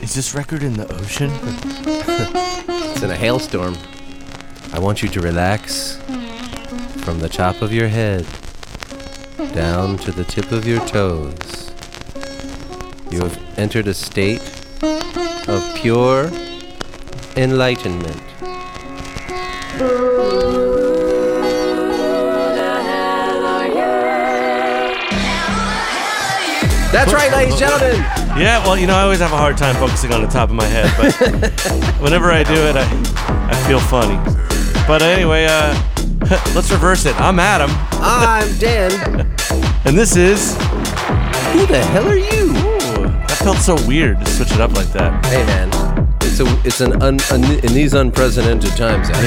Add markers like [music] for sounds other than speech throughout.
Is this record in the ocean? It's in a hailstorm. I want you to relax from the top of your head down to the tip of your toes. You have entered a state of pure enlightenment. That's right, ladies and gentlemen. Yeah, well, you know, I always have a hard time focusing on the top of my head, but [laughs] whenever I do it, I, I feel funny. But anyway, uh, [laughs] let's reverse it. I'm Adam, I'm Dan. and this is. Who the hell are you? Ooh, that felt so weird to switch it up like that. [laughs] Hey man, it's a it's an un, un, in these unprecedented times. Adam.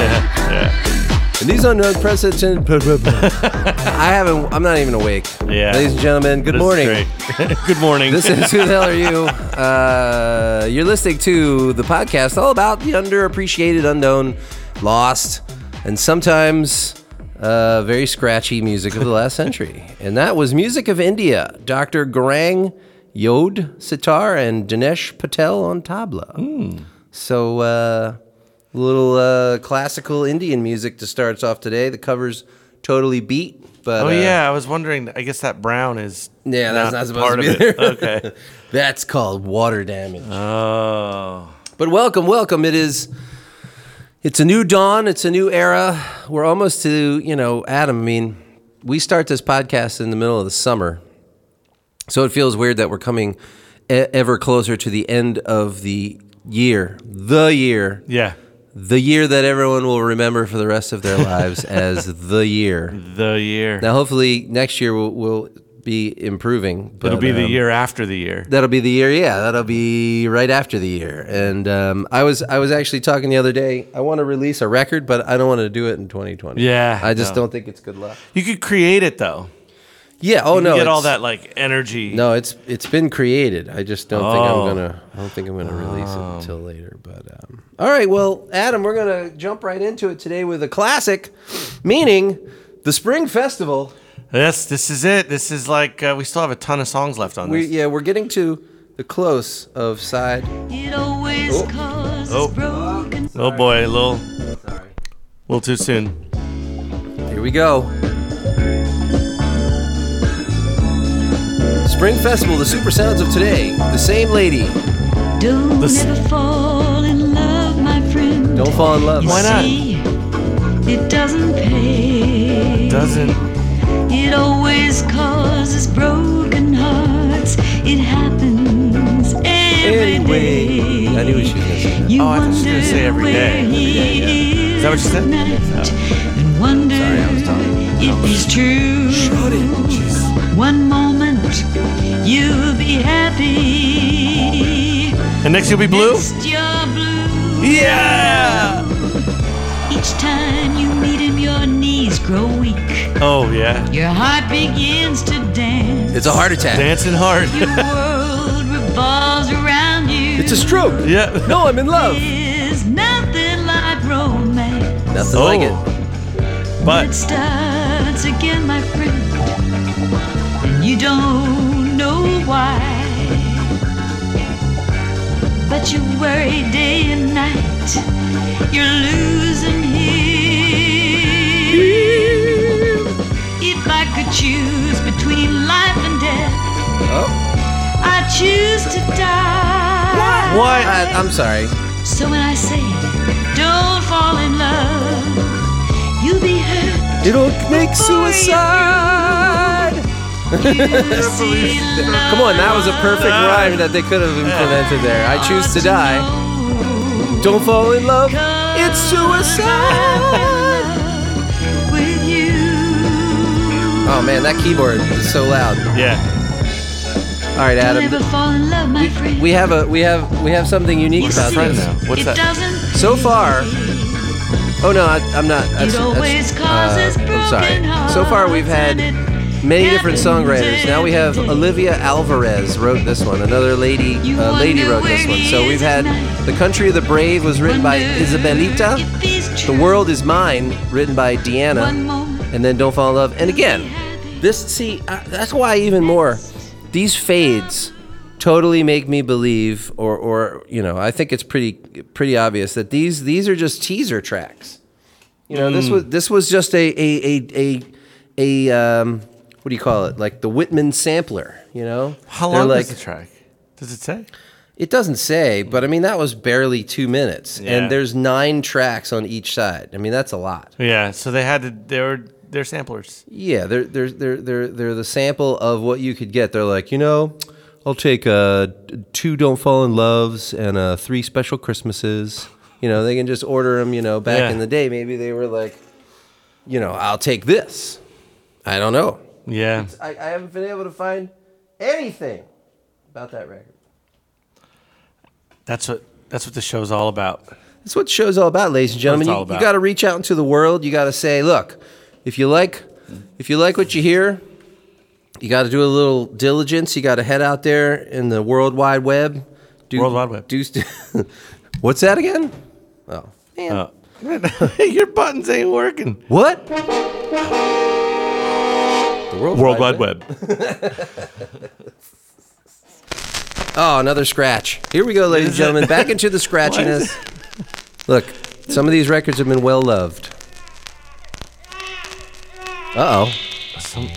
Yeah, In these unprecedented, [laughs] I haven't. I'm not even awake. Yeah. Ladies and gentlemen, good yeah. morning. This is great. [laughs] Good morning. This is who the hell are you? Uh, you're listening to the podcast all about the underappreciated, unknown, lost, and sometimes uh, very scratchy music of the last century. And that was music of India. Dr. Garang Yod Sitar and Dinesh Patel on tabla. So, uh, little uh, classical Indian music to start us off today. The cover's totally beat, but oh uh, yeah, I was wondering. I guess that brown is. Yeah, that's not supposed part to be of it. [laughs] there. [laughs] Okay. Uh. that's called water damage. Oh. But welcome, welcome. It is. It's a new dawn. It's a new era. We're almost to you know, Adam. I mean, we start this podcast in the middle of the summer, so it feels weird that we're coming e- ever closer to the end of the year, the year, Yeah. the year that everyone will remember for the rest [laughs] of their lives as the year. The year. Now, hopefully, next year will will be improving. But, It'll be the um, year after the year. That'll be the year. Yeah, that'll be right after the year. And um, I was I was actually talking the other day. I want to release a record, but I don't want to do it in 2020. Yeah, I just no. don't think it's good luck. You could create it though. Yeah. Oh You no. get all it's- that like energy. No, it's it's been created. I just don't think Oh. I'm gonna. I don't think I'm gonna release it until later. But um, all right. Well, Adam, we're gonna jump right into it today with a classic, meaning the Spring Festival. Yes, this is it. This is like uh, we still have a ton of songs left on We this. yeah, we're getting to the close of side. It always causes Oh. broken. Oh boy, a little, Sorry. little too soon. Here we go. Spring Festival, the super sounds of today. The same lady. Ah. Don't This- ever fall in love, my friend. Don't fall in love. Why not? See, it doesn't pay. Doesn't It always causes broken hearts. It happens every Anyway. day. I knew what she was gonna say. You Oh, I thought she was gonna say every wonder day. where Every he Is that what she said? Oh. tonight And wonder Sorry, I was talking. if he's true. One moment you'll be happy. And next you'll be blue. Next you're blue. Yeah. Each time you meet him, your knees grow weak. Oh yeah. Your heart begins to dance. It's a heart attack. Dancing [laughs] hard. [laughs] Your world revolves around you. It's a stroke. yeah. No, I'm in love. There's nothing like romance. Nothing like it. It But starts again, my friend. And you don't know why. But you worry day and night. You're losing him. If I could choose between life and death, Oh, I choose to die. what? I, I'm sorry. So when I say, don't fall in love, you'll be hurt. It'll make suicide. Come Come on, that was a perfect rhyme that they could have implemented there. I choose to die. Don't fall in love. It's suicide. With you. Oh man, that keyboard is so loud. yeah. All right, Don't Adam. ever fall in love, my friend. We have a we have we have something unique It's about serious. this. now. What's it that? doesn't So far- Oh no, I, I'm not. That's, It that's, always causes uh, I'm sorry. broken So far, we've had hearts and it many different happens songwriters. Now we have every day. Olivia Alvarez wrote this one. Another lady, You uh, lady wonder wrote this where one. he So is we've had at night. "The Country of the Brave" was written by Wonder Isabelita. if he's "The true. World Is Mine" written by One Deanna, moment and then "Don't Fall in Love." And again, happy. this see uh, that's why even more these fades totally make me believe, or or you know, I think it's pretty pretty obvious that these these are just teaser tracks. You know, Mm. this was this was just a a a a, a um, what do you call it? Like the Whitman sampler. You know, How They're long like, is the track? Does it say? It doesn't say, but I mean that was barely two minutes, Yeah. and there's nine tracks on each side. I mean that's a lot. Yeah. So they had to. They were they're samplers. Yeah, they're they're they're they're they're the sample of what you could get. They're like, you know, I'll take uh, d- two "Don't Fall in Loves" and uh, three special Christmases. You know, they can just order them. You know, back Yeah. in the day, maybe they were like, you know, I'll take this. I don't know. Yeah. I, I haven't been able to find anything about that record. That's what that's what the show's all about. That's what the show's all about, ladies and gentlemen. it's You, all about. got to reach out into the world. You got to say, look, if you like, if you like what you hear, you got to do a little diligence. You got to head out there in the world wide web. Do, World Wide Web. Do st- [laughs] What's that again? Oh, man. Uh, [laughs] your buttons ain't working. What? The World, World Wide Web. Oh, another scratch. Here we go, ladies and Is it- gentlemen. Back into the scratchiness. Look, some of these records have been well loved. Uh oh. Some-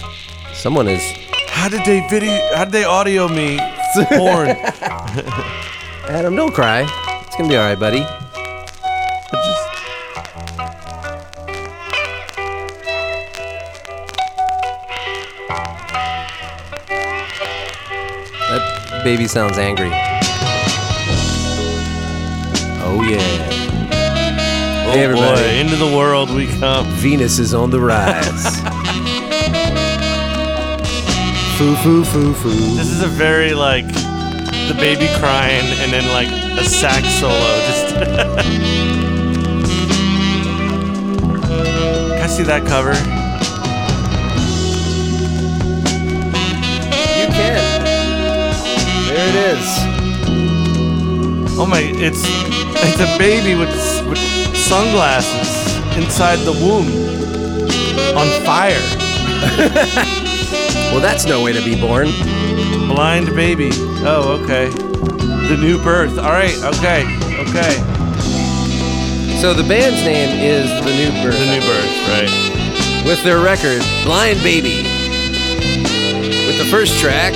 Someone is. how did they video? How did they audio me porn? Adam, don't cry. It's gonna be all right, buddy. Just- That baby sounds angry. Oh yeah. Hey everybody. Boy, into the world we come. Venus is on the [laughs] rise. foo foo foo foo. This is a very like the baby crying and then like a sax solo. Just [laughs] Can I see that cover? You can. There it is. Oh my! It's it's a baby with, s- with sunglasses inside the womb on fire. Well, that's no way to be born. Blind baby. Oh, okay. The new birth. All right. Okay. Okay. So the band's name is The New Birth. The new birth. Right. with their record Blind Baby. With the first track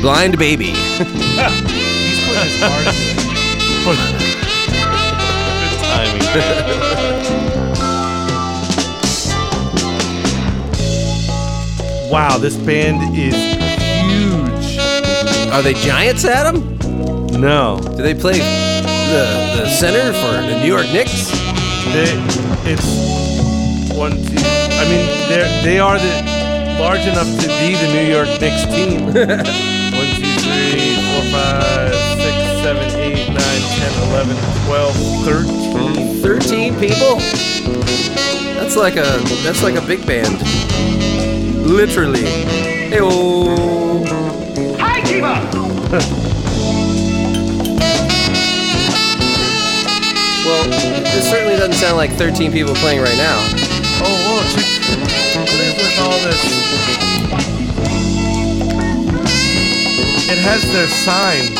Blind Baby. [laughs] He's putting his heart into it. Good timing. [laughs] Wow, this band is huge. Are they Giants, Adam? No, Do they play the, the center for the New York Knicks? they, it's one, two. I mean, they're they are the large enough to be the New York Knicks [laughs] team. one, two, three, four, five, six, seven, eight, nine, ten, eleven, twelve, thirteen. 13 people? That's like a that's like a big band. Literally. Hey [laughs] Well, it certainly doesn't sound like 13 people playing right now. Oh, whoa, check. What is with all this? It has their sign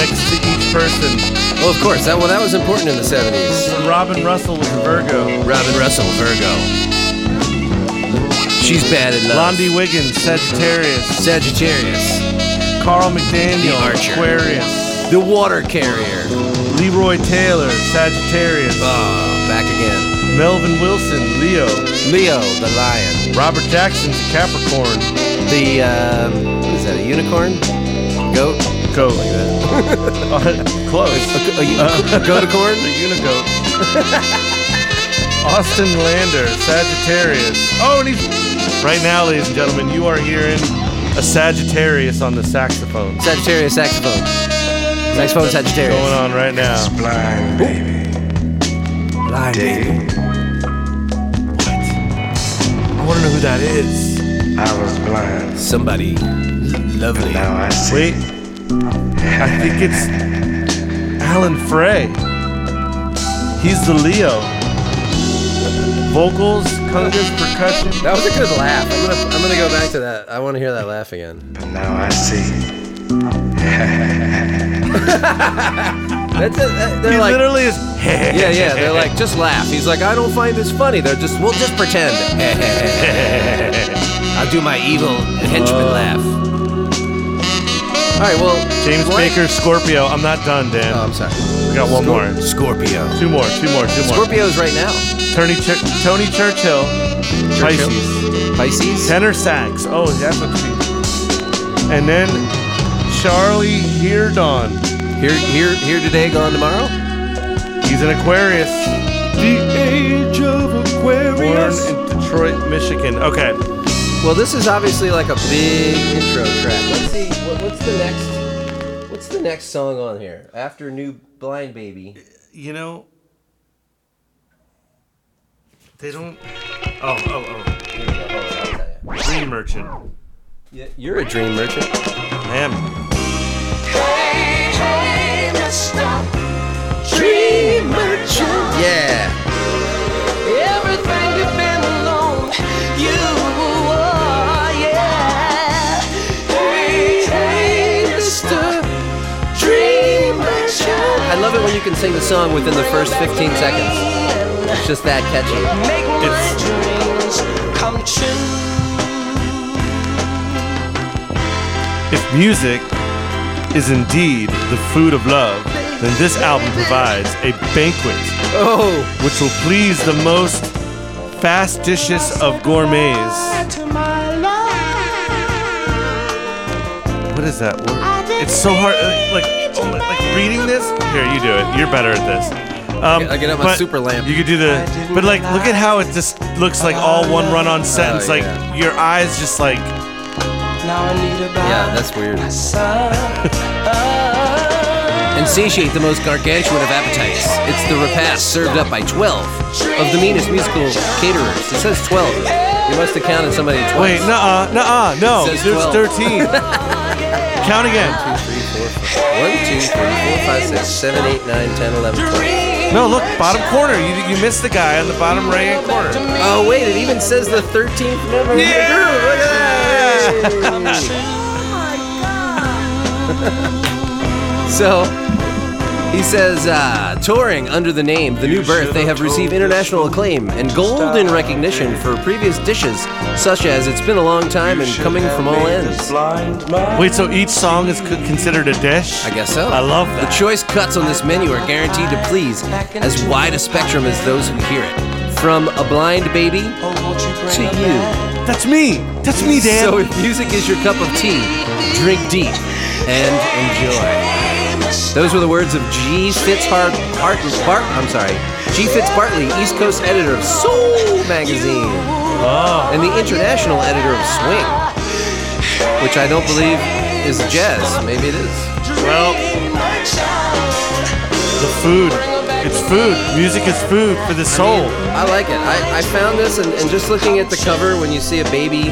next to each person. Well, of course. That well, that was important in the '70s. Robin Russell was a Virgo. Robin Russell, Virgo. She's bad at love. Londi Wiggins, Sagittarius. Sagittarius, Carl McDaniel, The Archer. Aquarius. the water carrier. Leroy Taylor, Sagittarius. Oh, back again. Melvin Wilson, Leo. Leo, the lion. Robert Jackson's Capricorn. The um, what is that? A unicorn? Goat? Goat. [laughs] Close. A, a, a goat corn? The Unigoat. [laughs] Austin Lander, Sagittarius. Oh, and he's. Right now, ladies and gentlemen, you are hearing a Sagittarius on the saxophone. Sagittarius saxophone. Saxophone Sagittarius. Going on right now. Blind baby. Lion. Day I want to know who that is. I was blind. Somebody. Lovely. Now I see. Wait. I think it's Alan Frey. He's the Leo. Vocals, congas, percussion. That was a good laugh. I'm gonna, I'm gonna go back to that. I want to hear that laugh again. But now I see. That's it. that- They're He like, literally is. [laughs] yeah, yeah. They're like, just laugh. He's like, I don't find this funny. They're just, we'll just pretend. [laughs] I'll do my evil henchman laugh. All Uh. right. [laughs] Well, James what- Baker, Scorpio. I'm not done, Dan. Oh, I'm sorry. we got one more. Scorpio. Two more. Two more. Two more. Scorpio's right now. Tony, Chur- Tony Churchill, Pisces. Pisces. Tenor sax. Oh, that's what she. And then Charlie Heardon. Here, here, here today, gone tomorrow. He's an Aquarius. The age of Aquarius. Born in Detroit, Michigan. Okay. Well, this is obviously like a big intro track. Let's see what, what's the next. What's the next song on here after New Blind Baby? You know, they don't. Oh, oh, Here we go, hold on, I'll tell ya. oh. Dream Merchant. Yeah, You're a dream merchant. Man. Dream merchant. Yeah. Everything you've been alone, you are, yeah. Hey, hey, Mr. Dreamer I love it when you can sing the song within the first 15 seconds. It's just that catchy. Make my It's- dreams come true. If music is indeed the food of love, then this album provides a banquet Oh, which will please the most fast dishes of gourmets. To my love. What is that word? It's so hard. uh, Like, oh, like, like reading this. Here, you do it. You're better at this. Um, I get out my but super lamp. You could do the, but like, look at how it just looks like all one run-on sentence. Like Oh, yeah. your eyes just like Now I need a yeah, that's weird. sun. And satiate the most gargantuan of appetites. It's the repast served up by 12 of the meanest musical caterers. It says 12. You must have counted somebody twice. Wait, nuh-uh, nuh-uh, no. It There's says 12. 13. Count again. [laughs] One, two, three, four, five, six, seven, eight, nine, ten, eleven, twelve. No, look, bottom corner. You, you missed the guy on the bottom right corner. Oh, wait, it even says the 13th member of the group. Look at that. so, he says, uh, touring under the name The New Birth, they have received international acclaim and golden recognition for previous dishes, such as It's Been a Long Time and Coming From All Ends. Wait, so each song is c- considered a dish? I guess so. I love The that. choice cuts on this menu are guaranteed to please as wide a spectrum as those who hear it. From a blind baby Oh, to you. That's me. That's me, Dan. So if music is your cup of tea, drink deep and enjoy. Those were the words of G. Fitzhart Hart, Bart. I'm sorry, G. Fitzbartley, East Coast editor of Soul magazine, Oh. and the international editor of Swing, which I don't believe is jazz. Maybe it is. well, the food. It's food. Music is food for the soul. Oh, I like it. I, I found this, and, and just looking at the cover, when you see a baby,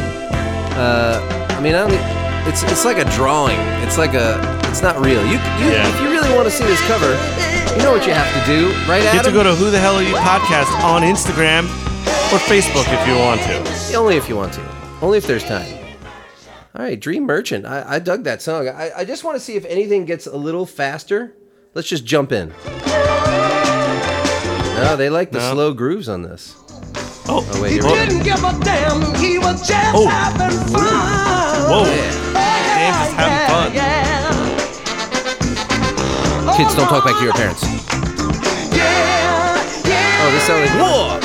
uh, I mean, I don't, it's it's like a drawing. It's like a, it's not real. You, you Yeah. if you really want to see this cover, you know what you have to do, right? You have to Adam? go to Who the Hell Are You podcast on Instagram or Facebook if you want to. Only if you want to. Only if there's time. All right, Dream Merchant. I, I dug that song. I, I just want to see if anything gets a little faster. Let's just jump in. No, they like the No. slow grooves on this. Oh, Oh, wait, here we go. Didn't give a damn, he was just Oh. having fun. Whoa. Yeah. Dan's just having fun. Kids, don't talk back to your parents. Oh, this sounds like war.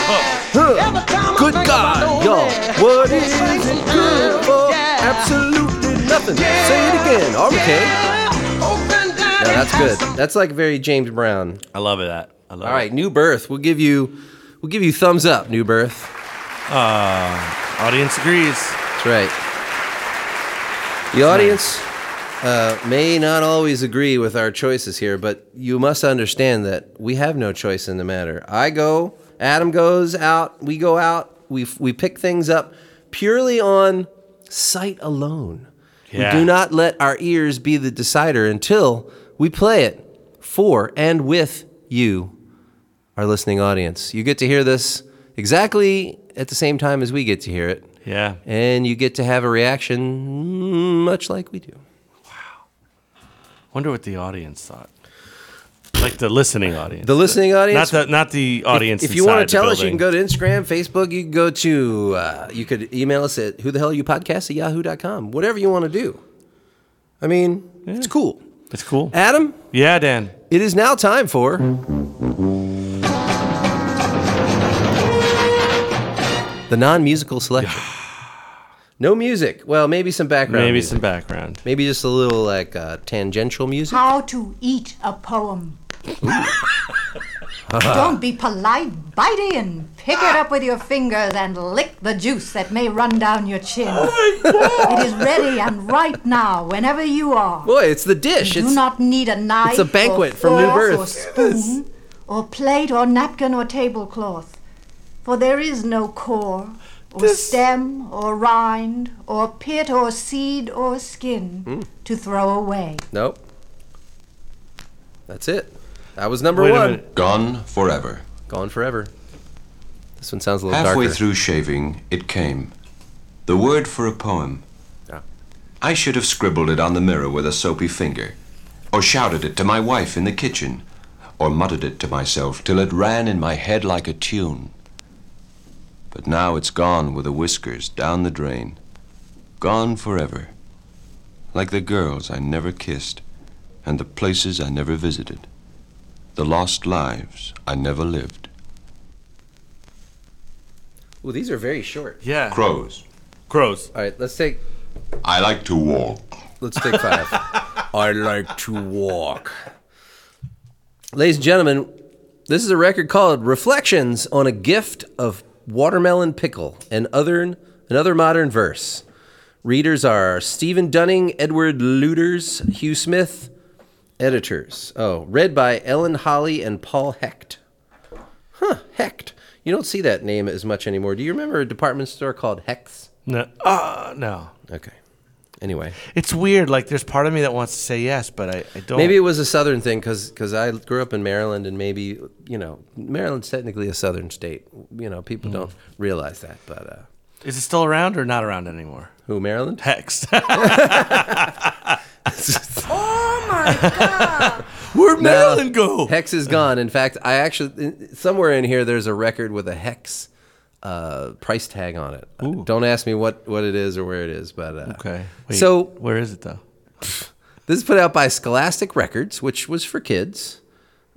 Good God, y'all. What is it good for? Absolutely nothing. Say it again. Okay. No, that's good. That's like very James Brown. I love it. That. I love All right, New Birth. We'll give you, we'll give you thumbs up, New Birth. Audience agrees. That's right. The audience uh, may not always agree with our choices here, but you must understand that we have no choice in the matter. I go, Adam goes out, we go out, we, f- we pick things up purely on sight alone. Yeah. We do not let our ears be the decider until we play it for and with you, our listening audience. You get to hear this exactly at the same time as we get to hear it. Yeah. And you get to have a reaction mm, much like we do. Wonder what the audience thought. Like the listening audience. The listening audience. not the not the audience. if you want inside to the tell us, you building. can go to Instagram, Facebook. You can go to, uh, you could email us at who the hell are you podcast at yahoo.com. Whatever you want to do. I mean, it's cool. It's cool. Adam, Yeah, Dan. it is now time for. The non [sighs] musical selection. No music. Well, maybe some background. Maybe music. some background. Maybe just a little like uh, tangential music. How to eat a poem. Don't be polite, bite in. Pick it up with your fingers and lick the juice that may run down your chin. Oh It is ready and ripe now, whenever you are. Boy, it's the dish. Do It's not need a knife. it's a banquet or from new fork birth. Or spoon, or plate, or napkin, or tablecloth. For there is no core, or stem, or rind, or pit, or seed, or skin Hmm. to throw away. nope. That's it. That was number Wait a one. minute. Gone forever. Gone forever. This one sounds a little Halfway darker. through shaving, it came. The word for a poem. Yeah. I should have scribbled it on the mirror with a soapy finger, or shouted it to my wife in the kitchen, or muttered it to myself till it ran in my head like a tune. But now it's gone with the whiskers down the drain. Gone forever. Like the girls I never kissed, and the places I never visited, the lost lives I never lived. Ooh, these are very short. Yeah. Crows. Crows. All right, let's take I like to walk. Let's take five. I like to walk. Ladies and gentlemen, this is a record called Reflections on a Gift of Watermelon Pickle and Other Another Modern Verse. Readers are Stephen Dunning, Edward Luders, Hugh Smith, editors. Oh, read by Ellen Holly and Paul Hecht. Huh, Hecht. You don't see that name as much anymore. Do you remember a department store called Hecht's? No. Ah, no. Okay. Anyway. It's weird. Like there's part of me that wants to say yes, but I, I don't. Maybe it was a southern thing because I grew up in Maryland and maybe you know Maryland's technically a southern state. You know people Hmm. don't realize that, but uh, is it still around or not around anymore? who [laughs] Maryland? [laughs] Hex. Oh my God! Where'd No. Maryland go? Hex is gone. In fact, I actually somewhere in here there's a record with a hex uh, price tag on it. Don't ask me what what it is or where it is, but uh, Okay. Wait, So- where is it though? This is put out by Scholastic Records, which was for kids.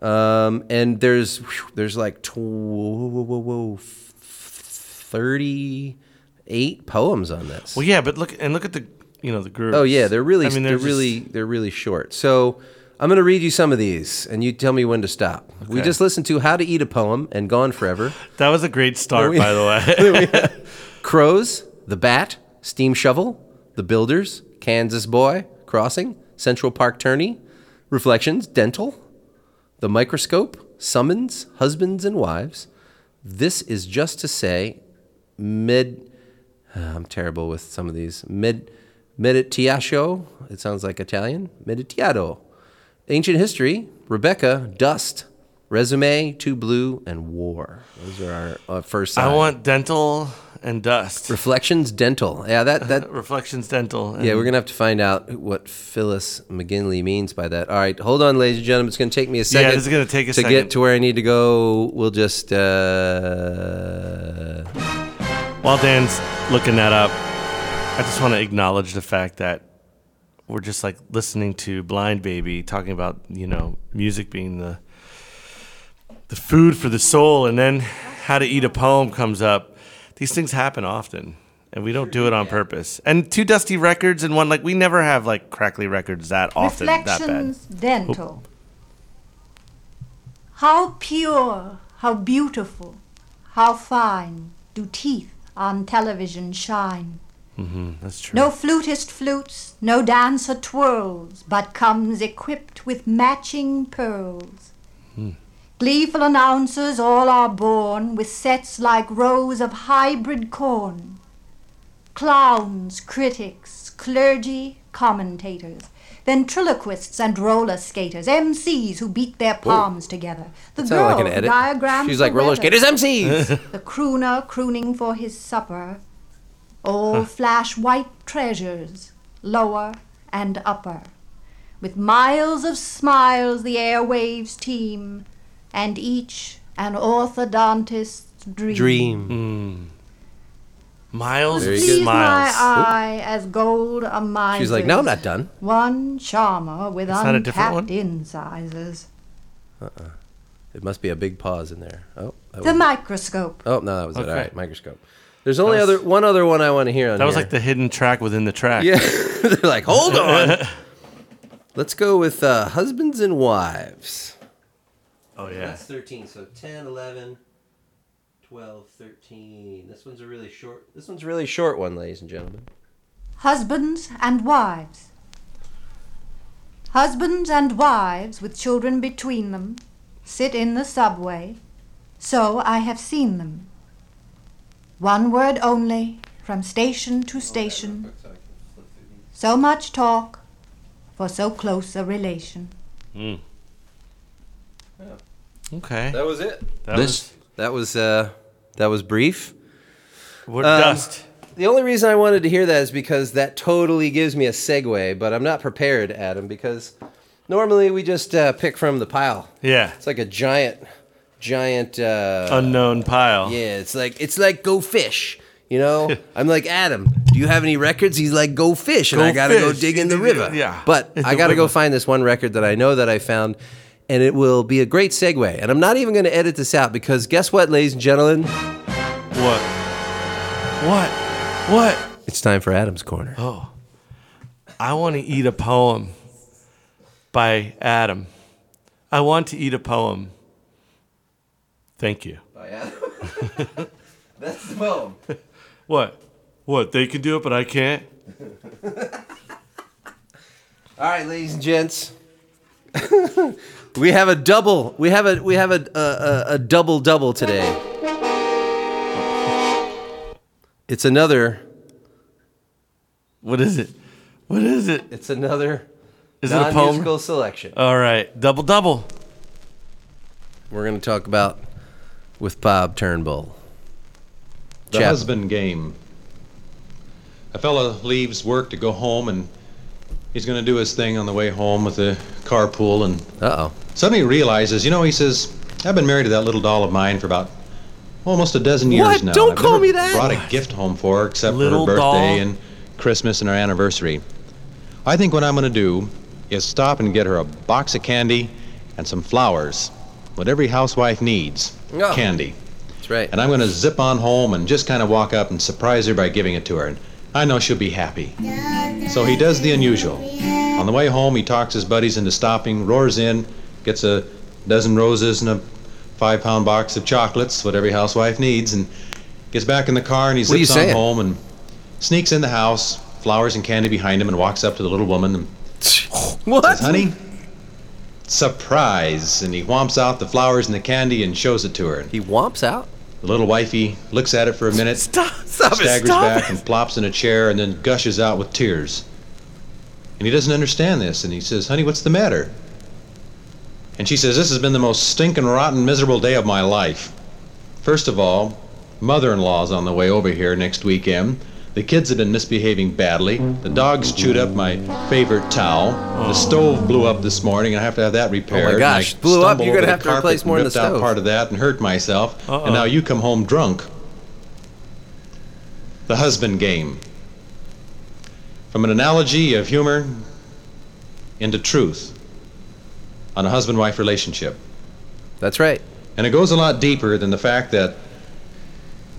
Um, and there's whew, there's like tw- whoa, whoa, whoa, f- thirty-eight poems on this. Well, yeah, but look and look at the you know the groups. oh yeah, they're really I mean, they're, just- really they're really short. So I'm gonna read you some of these, and you tell me when to stop. We Okay. just listened to How to Eat a Poem and Gone Forever, That was a great start, [laughs] we- by the way. Crows, The Bat, Steam Shovel, The Builders, Kansas Boy, Crossing, Central Park Tourney, Reflections, Dental, The Microscope, Summons, Husbands and Wives. This is just to say, med. [sighs] I'm terrible with some of these. Med, meditiato. It sounds like Italian. Meditiato. Ancient history. Rebecca. Dust. Resume. Two blue and war. Those are our uh, first. I sign. want dental and dust. Reflections Dental. Yeah, [laughs] that that. Reflections dental. And Yeah, we're gonna have to find out what Phyllis McGinley means by that. All right, hold on, ladies and gentlemen. It's gonna take me a second. this is gonna take a to second. get to where I need to go. We'll just. Uh... While Dan's looking that up, I just want to acknowledge the fact that we're just like listening to Blind Baby talking about, you know, music being the the food for the soul and then how to eat a poem comes up. These things happen often and we don't do it on purpose. And two dusty records and one like we never have like crackly records that often that bad. Reflections dental. How pure, how beautiful, how fine do teeth on television shine. Mm-hmm, That's true. No flutist flutes, no dancer twirls, but comes equipped with matching pearls. Hmm. Gleeful announcers all are born with sets like rows of hybrid corn. Clowns, critics, clergy, commentators. ventriloquists and roller skaters, MCs who beat their palms together. The Sound girl like an edit. diagrams She's like the roller weather. skaters [laughs] MCs. The crooner crooning for his supper. All flash white treasures, lower and upper. With miles of smiles, the airwaves teem, and each an orthodontist's [laughs] dream. Dream. Miles Very and good. Please my uh, smiles. eye as gold a mine. She's like, no, I'm not done. One charmer with That's not a different untapped one? incisors. It must be a big pause in there. Oh, that The was, microscope. oh no, that was it. Okay. All right, microscope. There's only That was- other one other one I want to hear on That was here. like the [laughs] hidden track within the track. Yeah, [laughs] they're like, hold [laughs] on. Let's go with uh, husbands and wives. Oh yeah. 13, so 10, 11, 12, 13. This one's a really short. This one's a really short one, ladies and gentlemen. Husbands and wives. Husbands and wives with children between them sit in the subway, so I have seen them. One word only from station to station. So much talk for so close a relation. Okay. That was it. That this That was uh, that was brief. was- what dust. The only reason I wanted to hear that is because that totally gives me a segue, but I'm not prepared, Adam, because normally we just uh, pick from the pile. Yeah. It's like a giant, giant. Uh, Unknown pile. Yeah, it's like it's like go fish. [laughs] You know, I'm like Adam. Do you have any records? He's like go fish, and Go I gotta go fish. dig in the river. Yeah. but [laughs] In I the gotta go river. find this one record that I know that I found, and it will be a great segue. And I'm not even gonna edit this out because guess what, ladies and gentlemen, What? What? What? it's time for Adam's corner. Oh. I want to eat a poem by Adam. I want to eat a poem. Thank you. That's the poem. What? What? They can do it, but I can't. All right, ladies and gents. [laughs] we have a double. We have a we have a a, a, a double double today. It's another. What is it? What is it? It's another. Is it a poem? Non-musical selection. All right, double double. We're going to talk about with Bob Turnbull. The Chap- husband game. A fella leaves work to go home and he's going to do his thing on the way home with the carpool and Uh oh. suddenly he realizes, you know, he says, I've been married to that little doll of mine for about almost a dozen years What? now. Don't I've call never me that. Brought a gift home for her except Little for her birthday doll. and Christmas and her anniversary. I think what I'm going to do is stop and get her a box of candy and some flowers. What every housewife needs, Yeah. candy. That's right. And I'm going to zip on home and just kind of walk up and surprise her by giving it to her. And I know she'll be happy. So he does the unusual. On the way home, he talks his buddies into stopping, roars in, gets a dozen roses and a five pound box of chocolates, what every housewife needs, and gets back in the car and he What are you zips on saying? home and sneaks in the house, flowers and candy behind him, and walks up to the little woman and what? says, Honey, surprise. And he whomps out the flowers and the candy and shows it to her. He womps out? The little wifey looks at it for a minute, Stop! Stop it! staggers Stop back it! and plops in a chair and then gushes out with tears. And he doesn't understand this and he says, Honey, what's the matter? And she says, This has been the most stinking, rotten, miserable day of my life. First of all, mother in law's on the way over here next weekend. The kids have been misbehaving badly. The dogs chewed up my favorite towel. The stove blew up this morning, and I have to have that repaired. and I Oh gosh, blew up? stumbled You're gonna over the have to carpet replace and more than the ripped out stove. part of that and hurt myself. Uh-oh. And now you come home drunk. The husband game. From an analogy of humor into truth on a husband wife relationship. That's right. And it goes a lot deeper than the fact that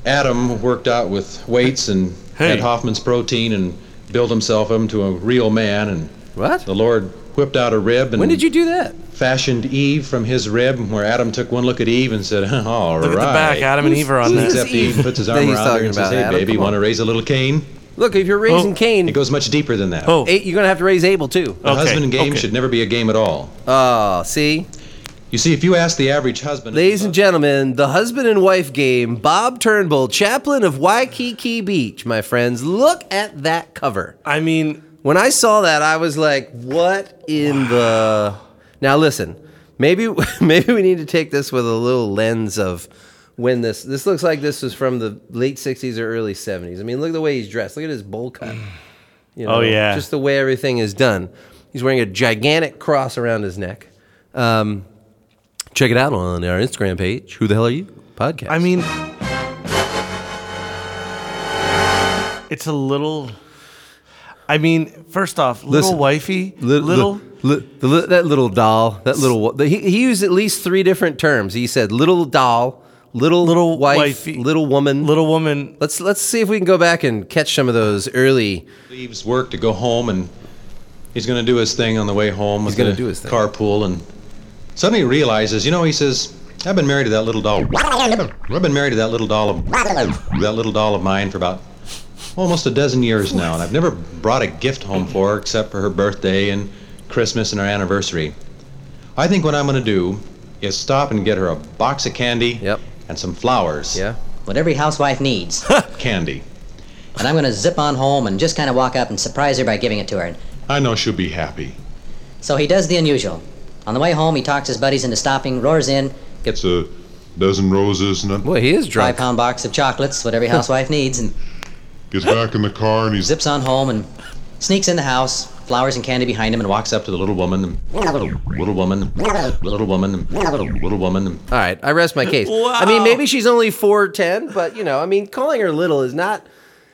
Adam worked out with weights and Hey. had Hoffman's protein and built himself into a real man. And What? the Lord whipped out a rib and When did you do that? fashioned Eve from his rib, where Adam took one look at Eve and said, [laughs] "All right." Look at the back. Adam and Eve are on that. who's this? Except Eve puts his That arm he's around her talking and says, about, "Hey, Adam, baby, come want to on." Hmm. raise a little cane?" Look, if you're raising Oh. It Cain, goes much deeper than that. Oh, eight, you're going to have to raise Abel too. the okay, husband game okay. should never be a game at all. Oh, see? You see, if you ask the average husband, Ladies and gentlemen, the husband and wife game, Bob Turnbull, chaplain of Waikiki Beach, my friends. Look at that cover. I mean, When I saw that, I was like, "What in the?" Now listen, maybe [laughs] maybe we need to take this with a little lens of when this this looks like this was from the late '60s or early '70s. I mean, look at the way he's dressed. Look at his bowl [sighs] cut. You Oh, yeah. just the way everything is done. He's wearing a gigantic cross around his neck. Um, check it out on our Instagram page. Who the hell are you? Podcast. I mean, it's a little. I mean, first off, little Listen. wifey, Li- little. li- li- the li- that little doll, that little. wa- the- He, he used at least three different terms. He said little doll, little Little wife, wifey. little woman. Little woman, Let's let's see if we can go back and catch some of those early. leaves work to go home and he's going to do his thing on the way home. He's gonna do his thing. Carpool and suddenly he realizes, you know, he says, I've been married to that little doll. I've been married to that little doll of that little doll of mine for about almost a dozen years now, and I've never brought a gift home for her except for her birthday and Christmas and her anniversary. I think what I'm going to do is stop and get her a box of candy Yep. and some flowers. Yeah. What every housewife [laughs] needs. Candy. and I'm gonna zip on home and just kind of walk up and surprise her by giving it to her. I know she'll be happy. So he does the unusual. On the way home, he talks his buddies into stopping, roars in, Gets a dozen roses and a Boy, he is five drunk. pound box of chocolates, [laughs] what every housewife needs, and Gets back in the car and he's zips on home and sneaks in the house, flowers and candy behind him, and walks walks up to the little woman, little woman, little woman, little woman. All right, I rest my case. I mean, maybe she's only four ten, but you know, I mean, calling her little is not.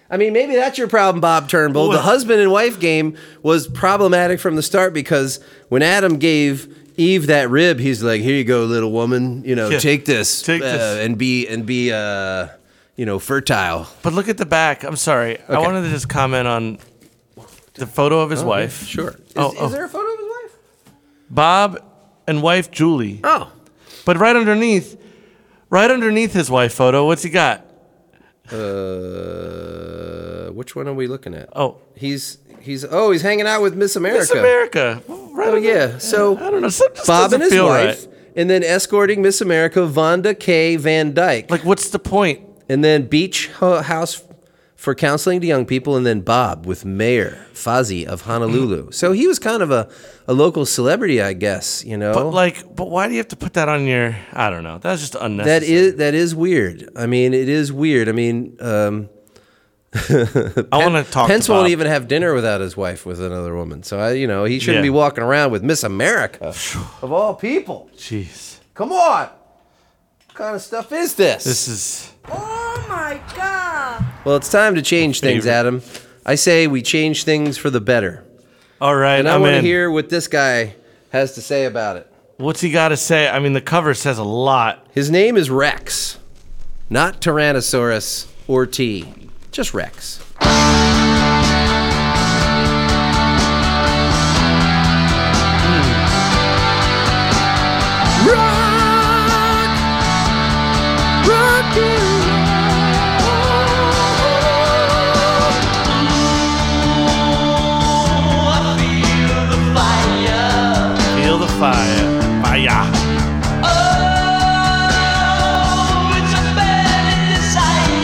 I mean, maybe that's your problem, Bob Turnbull. The Well- husband and wife game was problematic from the start because when Adam gave Eve that rib, he's like, "Here you go, little woman. You know, Yeah. take this, Take uh, this." and be and be uh, you know, fertile." but look at the back. I'm sorry. I Okay. wanted to just comment on the photo of his wife. Sure. Is, Oh, is oh. there a photo of his wife? Bob and wife Julie. Oh, But right underneath, right underneath his wife photo, what's he got? uh, which one are we looking at? Oh, He's he's oh he's hanging out with Miss America. Miss America. Right Oh under- yeah. So I don't know. something just Bob doesn't and his feel wife, right. and then escorting Miss America, Vonda K. Van Dyke, Like, what's the point? and then Beach Ho- House for counseling to young people, and then Bob with Mayor Fozzie of Mm-hmm. Honolulu. So he was kind of a, a local celebrity, I guess. You know, But like, but why do you have to put that on your? I don't know. That's just unnecessary. that is that is weird. I mean, it is weird. I mean, um, I want to talk. Pence to won't Bob. even have dinner without his wife with another woman. So I, you know, he shouldn't Yeah. be walking around with [sighs] Miss America of all people. Jeez, Come on. What kind of stuff is this? this is. Well, it's time to change things, Favorite. Adam. I say we change things for the better. All right, And I I'm want to in. hear what this guy has to say about it. What's he got to say? I mean, the cover says a lot. His name is Rex, not Tyrannosaurus or T, just Rex. Feel the fire. Fire.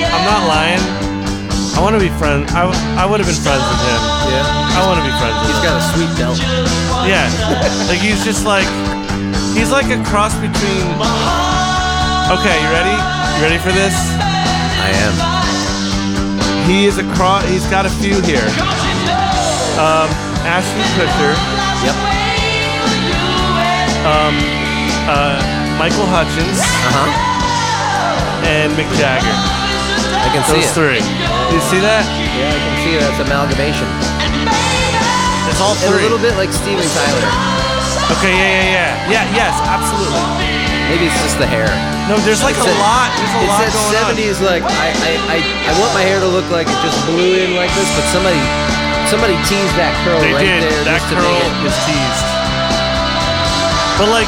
I'm not lying. I want to be friends. I, would have been friends with him. Yeah, I want to be friends with he's him. got a sweet belt. Yeah. like he's just like he's like a cross between Okay, you ready? You ready for this? I am. He is a cross he's got a few here. Um Ashton Kutcher. Yep. Um uh Michael Hutchins Uh huh. and Mick Jagger. Uh-huh. I can see Those it. three. You see that? Yeah, I can see that's amalgamation. It's all And a three. little bit like Steven Tyler. Okay, yeah, yeah, yeah. Yeah, yes, absolutely. Maybe it's just the hair. No, there's like It's a that- lot. There's a It's lot that going on. 70s like I, I, I, I want my hair to look like it just blew in like this, but somebody somebody teased that curl They right did. there that just to curl make it. was teased. But like,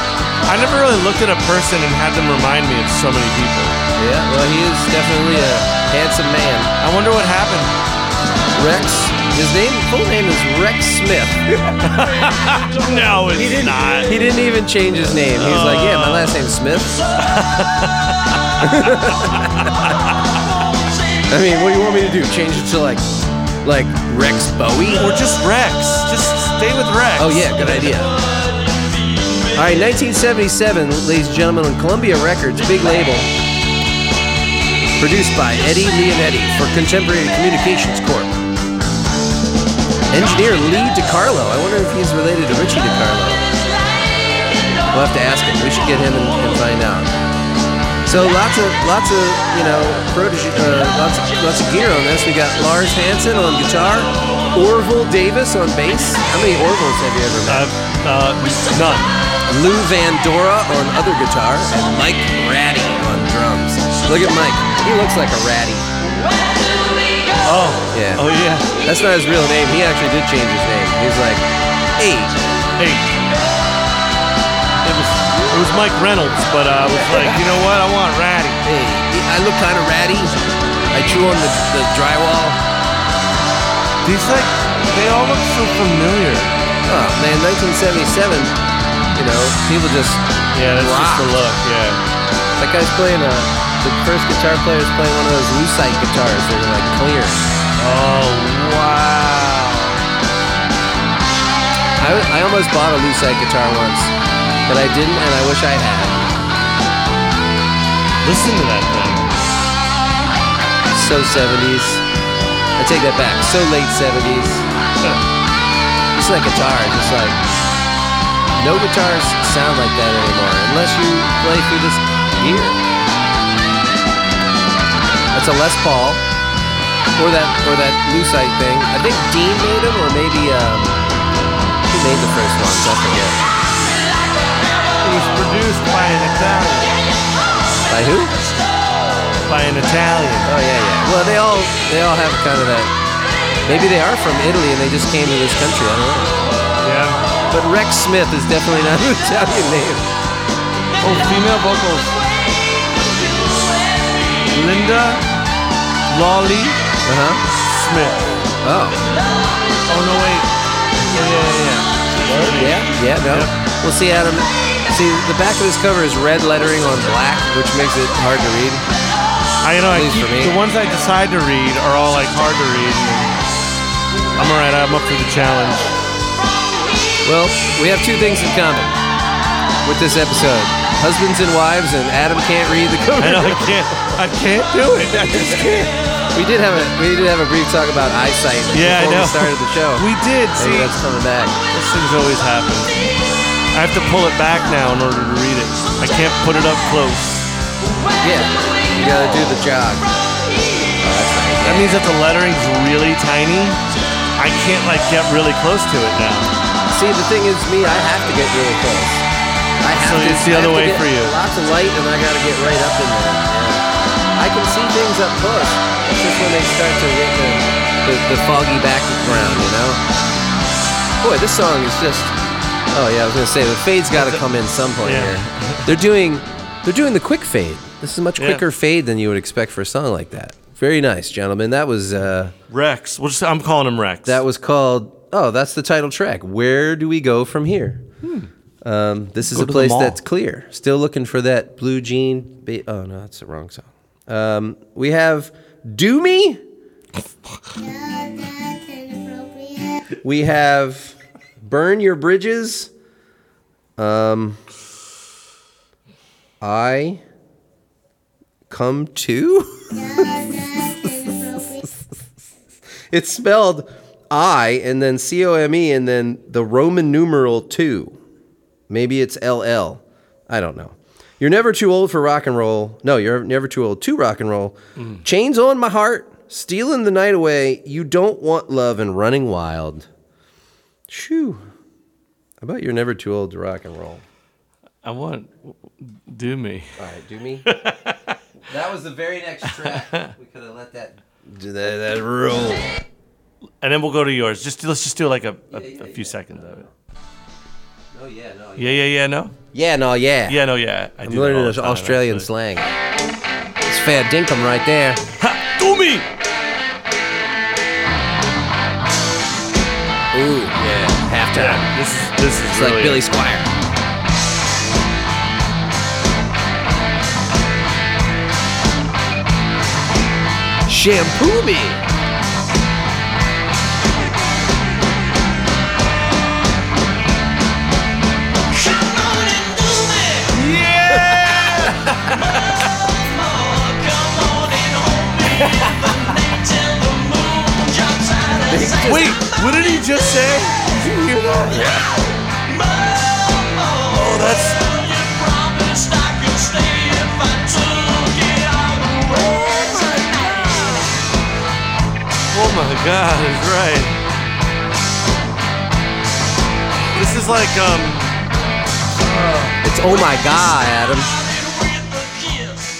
I never really looked at a person and had them remind me of so many people. Yeah, well he is definitely a handsome man. I wonder what happened. Rex his name full name is Rex Smith. No, it's not. He didn't even change his name. He was like, Yeah, my last name's Smith. [laughs] I mean, what do you want me to do? Change it to like Like Rex Bowie? Or just Rex. Just stay with Rex. Oh, yeah, good idea. All right, 1977, ladies and gentlemen, on Columbia Records, big label. Produced by Eddie Leonetti for Contemporary Communications Corp. Engineer Lee DiCarlo. I wonder if he's related to Richie DiCarlo. We'll have to ask him. We should get him and, and find out. So lots of lots of you know protege, uh, lots of, lots of gear on this. We got Lars Hansen on guitar, Orville Davis on bass. How many Orvilles have you ever met? Uh, none. Lou Van Dora on other guitar and Mike Ratty on drums. Look at Mike. He looks like a ratty. Oh. Yeah. Oh, yeah. That's not his real name. He actually did change his name. He's like, hey, Eight. It was, it was Mike Reynolds, but uh, I was like, you know what? I want Ratty. hey, I look kind of ratty. I chew on the, the drywall. These like, they all look so familiar. Oh man, 1977. You know, people just Yeah, that's just the rocked. look. Yeah. That guy's playing a. The first guitar player's playing one of those lucite guitars that are like clear. Oh wow. I, I almost bought a lucite guitar once, but I didn't, and I wish I had. Listen to that thing. So 70s. I take that back. So late 70s. Just like guitar, just like no guitars sound like that anymore unless you play through this gear. That's a Les Paul. Or that or that lucite thing. I think Dean made them or maybe um, who made the first ones? I forget. It was produced by an Italian. By who? By an Italian. Oh yeah, yeah. Well they all they all have kind of that maybe they are from Italy and they just came to this country, I don't know. Yeah. But Rex Smith is definitely not an [laughs] Italian name. Oh, female vocals. Linda Lolly Uh huh. Smith. Oh. Oh no wait. Yeah yeah yeah. Yeah. Yeah. No. Well, see, Adam. See, the back of this cover is red lettering on black, which makes it hard to read. I know. I At least keep, for me. the ones I decide to read are all like hard to read. and I'm alright. I'm up for the challenge. [laughs] Well, we have two things in common with this episode: husbands and wives, and Adam can't read the cover. I know. [laughs] I can't. I can't do it. I just can't. We did have a we did have a brief talk about eyesight Yeah, I before know. we started the show. We did. Maybe See, that's coming back. these things always happen. I have to pull it back now in order to read it. I can't put it up close. Yeah. You gotta do the jog. Oh, that's right. That means that the lettering's really tiny. I can't like get really close to it now. See, the thing is, me, I have to get really close. I So have to, it's the I have other to way get for you. Lots of light, and I got to get right up in there. Yeah. I can see things up close. It's just when they start to get the, the, the foggy background, you know. Boy, this song is just. Oh yeah, I was gonna say the fade's got to come in some point Yeah. here. They're doing, they're doing the quick fade. This is a much Yeah. quicker fade than you would expect for a song like that. Very nice, gentlemen. That was. Uh, Rex. We'll just, I'm calling him Rex. that was called. Oh, that's the title track. Where do we go from here? Um, this is Hmm. Go a to the place mall. that's clear. Still looking for that blue jean. Ba- oh no, that's the wrong song. Um, we have "Do Me." We have "Burn Your Bridges." Um, I come to. [laughs] It's spelled I and then C O M E and then the Roman numeral two. Maybe it's LL. I don't know. You're never too old for rock and roll. No, you're never too old to rock and roll. Chains on my heart, stealing the night away. You don't want love and running wild. Shoo. I bet you're never too old to rock and roll. I want. Do me. All right, do [laughs] me. that was the very next track. [laughs] We could have let that do that, that roll. And then we'll go to yours. Just let's just do like a, a, a few seconds of it. Oh yeah, no. Yeah, Yeah, yeah, yeah. No. yeah no, yeah. Yeah, no, yeah. I I'm learning this Australian slang. It's fair dinkum right there. Ha, do me. Ooh, yeah, halftime. Yeah, this is this is It's really like Billy Squire. Shampoo me. Wait, what did he just say? Did you hear that? Yeah. Oh, that's. Oh my god, he's right. This is like, um. It's oh my god, Adam.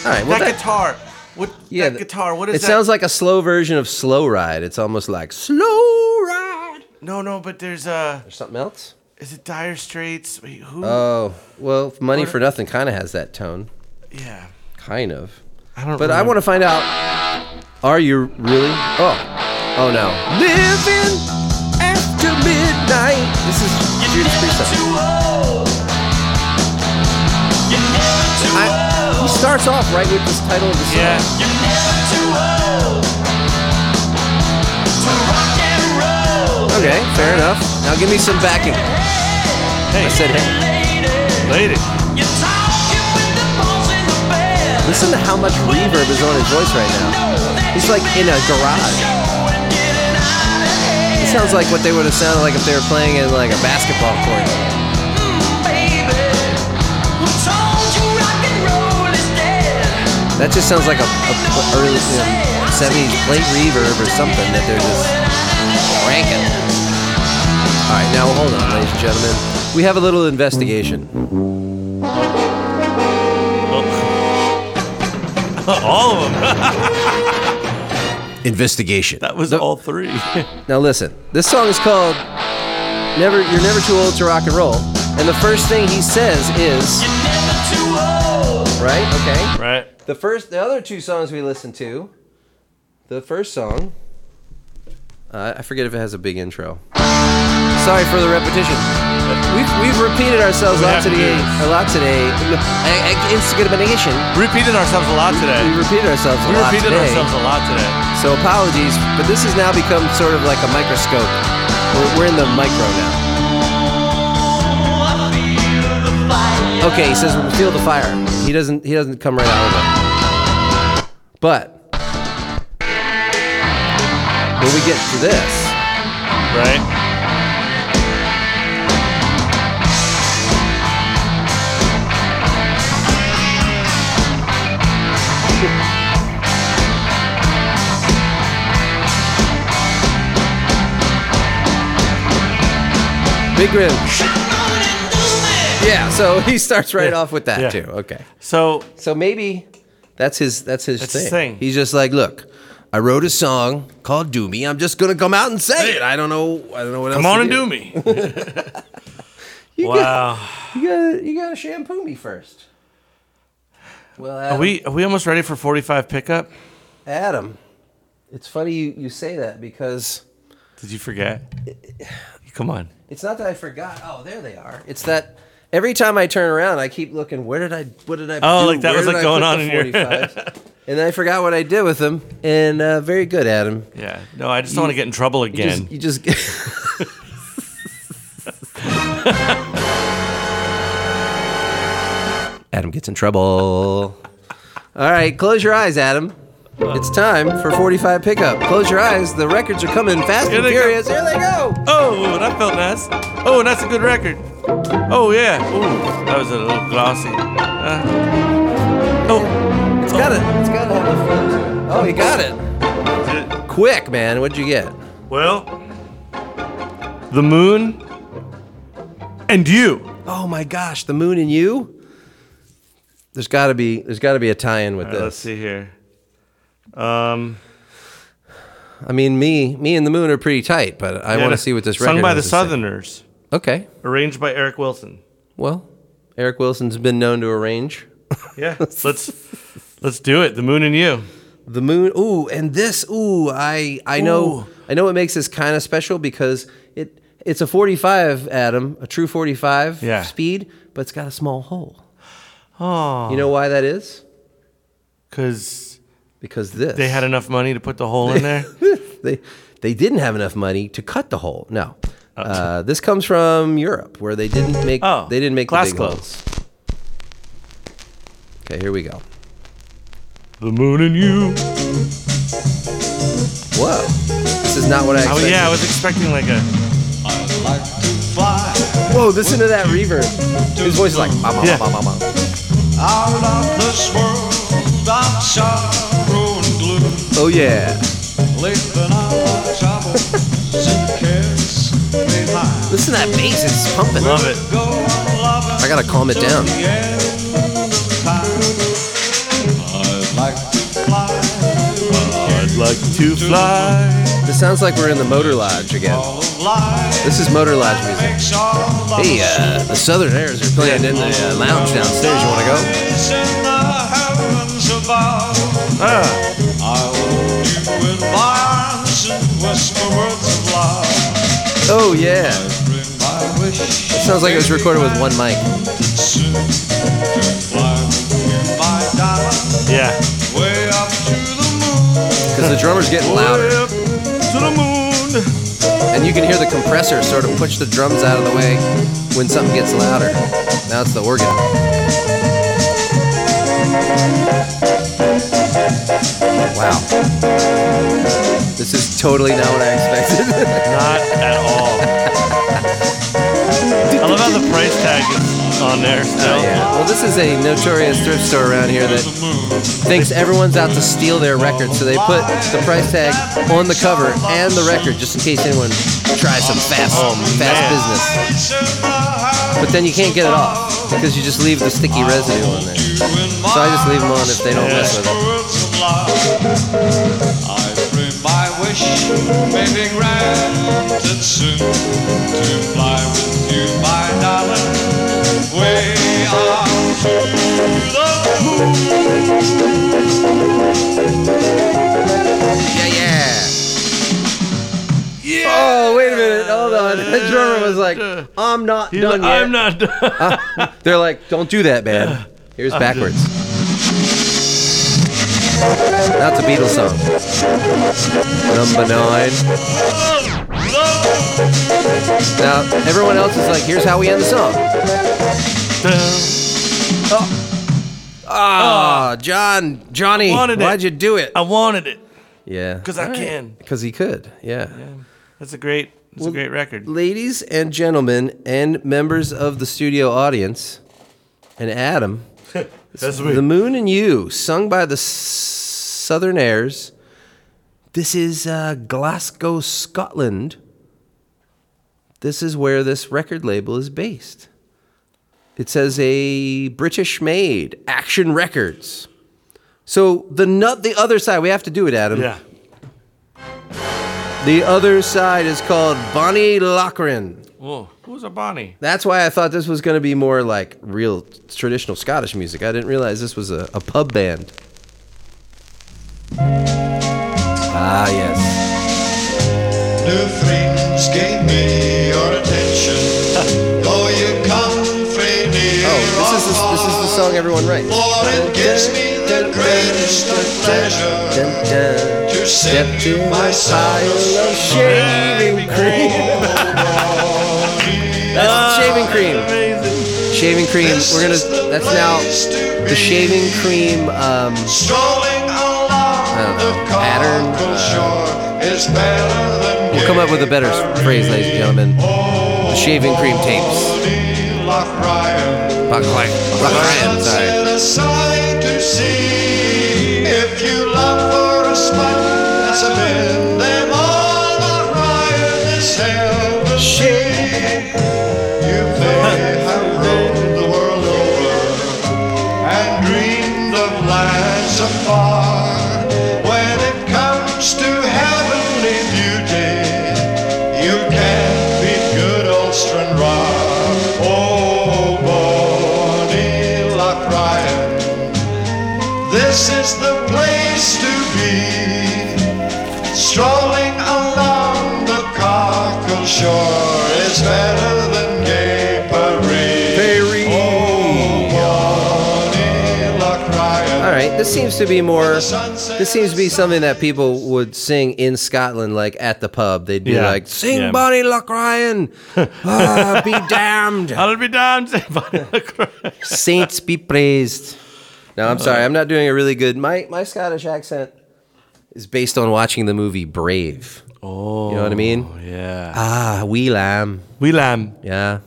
All right, well that, that, guitar. What? yeah, that guitar. What is it that? sounds like a slow version of Slow Ride. It's almost like slow ride. No, no, but there's uh There's something else. Is it Dire Straits? Wait, who? Oh well, Money Mm-hmm. What- for Nothing kind of has that tone, yeah. kind of. I don't. But I want to find out. Are you really? Oh, oh no. Living after midnight. This is Judas Priest. I- He starts off right with this title of the song. Yeah. Okay, fair enough. Now give me some backing. Hey. I said, hey, Lady. listen to how much reverb is on his voice right now. He's like in a garage. It sounds like what they would have sounded like if they were playing in like a basketball court. That just sounds like a, a pl- early um, 70s plate reverb or something that they're just cranking. All right, now hold on, ladies and gentlemen. We have a little investigation. All of them. Investigation. That was all three. [laughs] Now listen, this song is called "Never You're Never Too Old to Rock and Roll," and the first thing he says is, right? Okay. right. The first, the other two songs we listened to, the first song, uh, I forget if it has a big intro. Sorry for the repetition. We've, we've repeated ourselves We a lot have to today. do this. A lot today. I- I- Insubordination. Repeated ourselves a lot today. We repeated ourselves a We lot repeated today. ourselves a lot today. So apologies, but this has now become sort of like a microscope. We're, we're in the micro now. Okay, he says feel the fire. He doesn't. He doesn't come right out with it. But when we get to this, Right. big grin. Yeah. So he starts right off with that Yeah. too. Okay. So So maybe that's his that's his That's thing. his thing. He's just like, look, I wrote a song called "Do Me." I'm just gonna come out and say it. I don't know. I don't know what else. come to on and do. do me. [laughs] wow. You gotta you gotta shampoo me first. Well, Adam, Are we are we almost ready for 45 pickup? Adam, it's funny you, you say that because Did you [sighs] forget? Come on. it's not that I forgot. Oh, there they are. It's that every time I turn around, I keep looking. Where did I? What did I? Oh, do? like that Where was, did like, I going put on the in your- 45s? and I forgot what I did with them. And uh, very good, Adam. Yeah. No, I just don't want to get in trouble You again. just- You just. [laughs] Adam gets in trouble. All right, close your eyes, Adam. It's time for 45 pickup. Close your eyes. The records are coming fast Here and they go. furious. Here they go. Oh, that felt nice. Oh, that's a good record. Oh yeah. Ooh, that was a little glossy. Uh, oh, It's got it. It's got to have the flow. Oh, you got it. Quick, man. What'd you get? well, the moon and you. Oh my gosh, the moon and you. There's got to be. There's got to be a tie-in with All this. right, Uh, let's see here. Um, I mean, me, me and the moon are pretty tight, but I want to see what this record sung by the has to say. Southerners, Okay. arranged by Eric Wilson. Well, Eric Wilson's been known to arrange Yeah, let's let's do it. The moon and you. the moon. Ooh, and this. Ooh, I I know Ooh. I know it makes this kind of special because it it's a 45 Adam, a true 45 Yeah. speed, but it's got a small hole. Oh, You know why that is? because Because this they had enough money to put the hole in there. [laughs] they they didn't have enough money to cut the hole. No. Uh, this comes from Europe, where they didn't make Oh, they didn't make glass the big gloves. holes. Okay, here we go. The moon and you. Whoa. This is not what I Oh, expected. yeah, I was expecting like a. Whoa, listen to that reverb. His voice is like, bah, bah, Yeah. bah, bah, bah, bah. Out of this world of sorrow and gloom, Oh, yeah. living our troubles and cares behind. Listen to that bass, it's pumping. Love it. Go loving I gotta calm it till down. the end of time. I'd like to fly, I'd like to fly. This sounds like we're in the Motor Lodge again. life This is Motor Lodge music. makes all the Hey, uh, the Southern Airs are playing in the uh, lounge downstairs. You want to go? stars in the heavens above. Ah, I will do it vines and whisper words of love. Oh, yeah. Bring my wish. It sounds like it was recorded with one mic. Soon to fly with you, my darling, yeah. way up to the moon. Because the drummer's getting Way louder. up to the moon. And you can hear the compressor sort of push the drums out of the way when something gets louder. Now it's the organ. Wow. This is totally not what I expected. [laughs] Not at all. I love how the price tag is on there Oh, still. Well, this is a notorious thrift store around here that thinks everyone's out to steal their record, so they put the price tag on the cover and the record just in case anyone tries some fast, fast Oh, man. business. Lights in the heavens But then you can't get it off because you just leave the sticky residue on there. So and I just leave them on if they don't Yeah. mess with whisper it. words of love. I bring my wish, baby, granted soon to fly with you, my darling, way up to the moon. Yeah, yeah. Oh, wait a minute. Hold on. [laughs] The drummer was like, I'm not He's done like, yet. I'm not done. [laughs] They're like, don't do that, man. Here's backwards. That's a Beatles song. Number nine. Now, everyone else is like, here's how we end the song. [laughs] Ah, John, Johnny, Wanted it. why'd you do it? I wanted it Yeah. because I can. Because he could, yeah. That's a great. That's Well, a great record. Ladies and gentlemen, and members of the studio audience, and Adam, That's The Moon and You, sung by the S- Southern Airs. This is uh, Glasgow, Scotland. This is where this record label is based. It says a British made Action Records. So the nut, the other side, we have to do it, Adam. Yeah. The other side is called Bonnie Lochran. Whoa. Who's a Bonnie? That's why I thought this was going to be more like real traditional Scottish music. I didn't realize this was a, a pub band. Ah, yes. New friends gave me your attention. Though you come free near Oh, this is the, this is the song everyone writes. For it gives me the greatest of pleasure Dun, dun. to Step send to you my my side sighs. of shaving cream. That's shaving cream. Amazing. Shaving cream. Ah, This We're is the gonna. That's now place to the be. shaving cream. Um, Strolling don't along the know, pattern, Cockle uh, shore is better than we'll come up with a better gay phrase, ladies and gentlemen. Oh, The shaving cream tapes. Lochryan. Buck Ryan. Perhaps Sorry. it is sight to see. If you love for a spite, that's a bit. Then all the riot is hell to see. You may have roamed the world over and dreamed of lands afar. When it comes to heavenly beauty, you can't beat good old Stranraer. Oh, Bonnie Lochrian, this is the place to be. Strolling along the cockle shore is better than gay Paris. Paris. Oh, Bonnie Lochrian. All right, this seems to be more. This seems to be something that people would sing in Scotland, like at the pub. They'd be Yeah. like, "Sing Yeah. [laughs] Bonnie Lochrian, ah, be damned, I'll be damned. say Bonnie [laughs] McCrae. saints be praised." No, I'm sorry, I'm not doing a really good. My my Scottish accent is based on watching the movie Brave. Oh, you know what I mean? Yeah. Ah, wee lamb. Wee lamb. Yeah.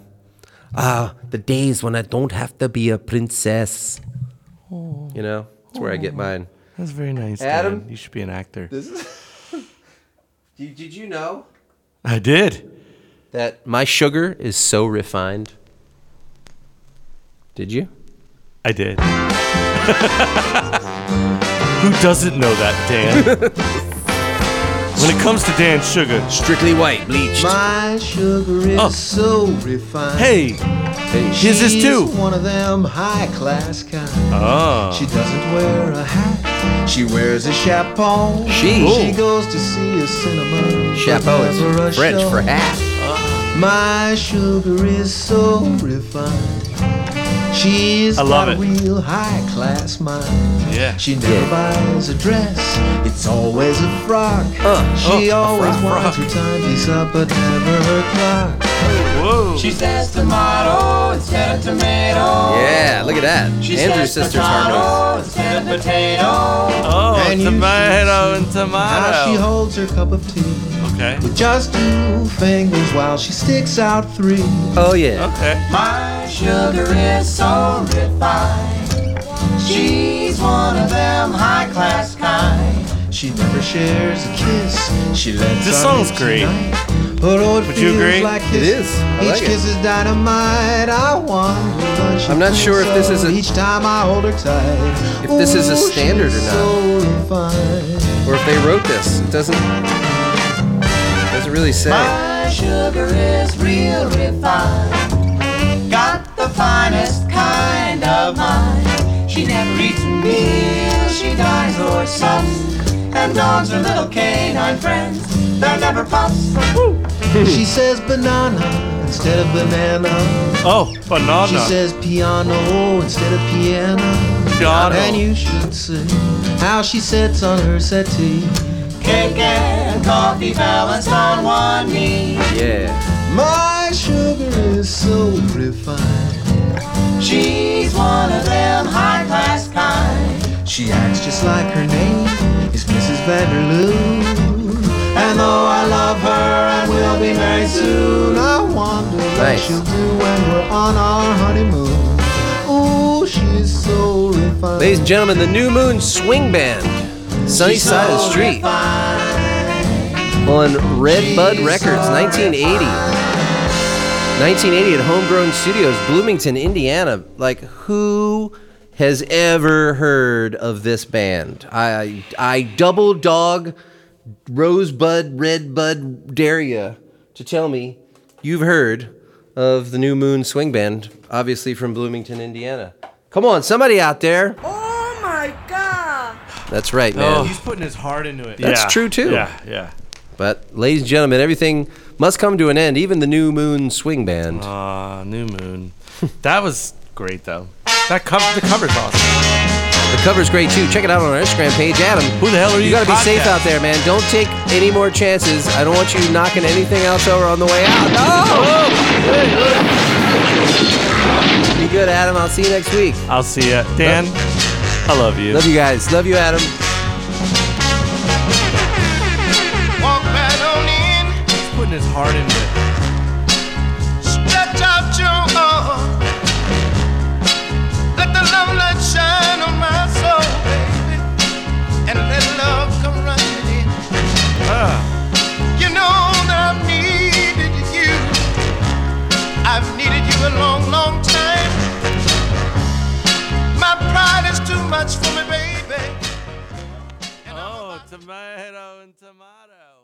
Ah, the days when I don't have to be a princess. You know, that's where I get mine. That's very nice. Adam? Dan. you should be an actor. Did, did you know I did. that my sugar is so refined? Did you? I did. [laughs] Who doesn't know that, [laughs] Dan? when it comes to Dan's sugar, strictly white, bleached. My sugar is Oh. so refined. Hey, here's this She's too. one of them high class kind. Oh. She doesn't wear a hat. She wears a chapeau. She- she Ooh. goes to see a cinema. Chapeau whenever a is French show. for hat. My sugar is so refined. She's I love got it. a real high class mind. Yeah. She never buys a dress. It's always a frock. Uh, she oh, a always frock, wants her timepiece up, but never her clock. Whoa. She says tomato instead of tomato. Yeah, look at that. Andrew's sister's harmony. instead of potato. oh, and you tomato should and How Ah, she tomato. holds her cup of tea Okay. with just two fingers while she sticks out three. Oh yeah. Okay. My sugar is so refined. She's one of them high class kind. She never shares a kiss. She lets This our song's lips great. unite. But oh, it Would you feels agree? Like It kissing. is. I Each like it. kiss is dynamite. I wonder what she I'm not feels sure if this so is a- Each time I hold her tight. If this is a Ooh, standard she's or not. So refined. Or if they wrote this, it doesn't doesn't really say. My sugar is real refined. Got the finest kind of mind. She never eats a meal, she dines or sups, and dogs are little canine friends. They're never pups. she says banana instead of banana. Oh, She banana. says piano instead of piano. And Piano. you should see how she sits on her settee. Cake and coffee balanced on one knee. Yeah. My sugar is so refined. She's one of them high class kind. She acts just like her name is Mrs. Vanderloo. And though I love her and will be married soon, I wonder what Nice. she'll do when we're on our honeymoon. Ooh, she's so refined. Ladies and gentlemen, the New Moon Swing Band, Sunny She's Side of the so Street, refined. on Red Bud She's Records, so 1980. 1980 at Homegrown Studios, Bloomington, Indiana. Like, who has ever heard of this band? I I double dog Rosebud Red Bud dare ya to tell me you've heard of the New Moon Swing Band, obviously from Bloomington, Indiana. Come on, somebody out there. Oh my god! That's right, man. He's putting his heart into it. That's true, too. Oh. Yeah, yeah. But, ladies and gentlemen, everything must come to an end, even the New Moon Swing Band. Ah, New Moon. that was great though. That cover the cover's awesome. The cover's great, too. Check it out on our Instagram page. Adam, Who the hell are you? you got to be podcast? safe out there, man. Don't take any more chances. I don't want you knocking anything else over on the way out. No! Be good, Adam. I'll see you next week. I'll see ya, Dan. I love you. Love you guys. Love you, Adam. Walk right on in. He's putting his heart into it. Stretch out your arm. Let the love light shine on my soul, baby. And let love come running in. Ah, You know that I've needed you. I've needed you a long, long time. My pride is too much for me, baby. oh, tomato and tomato.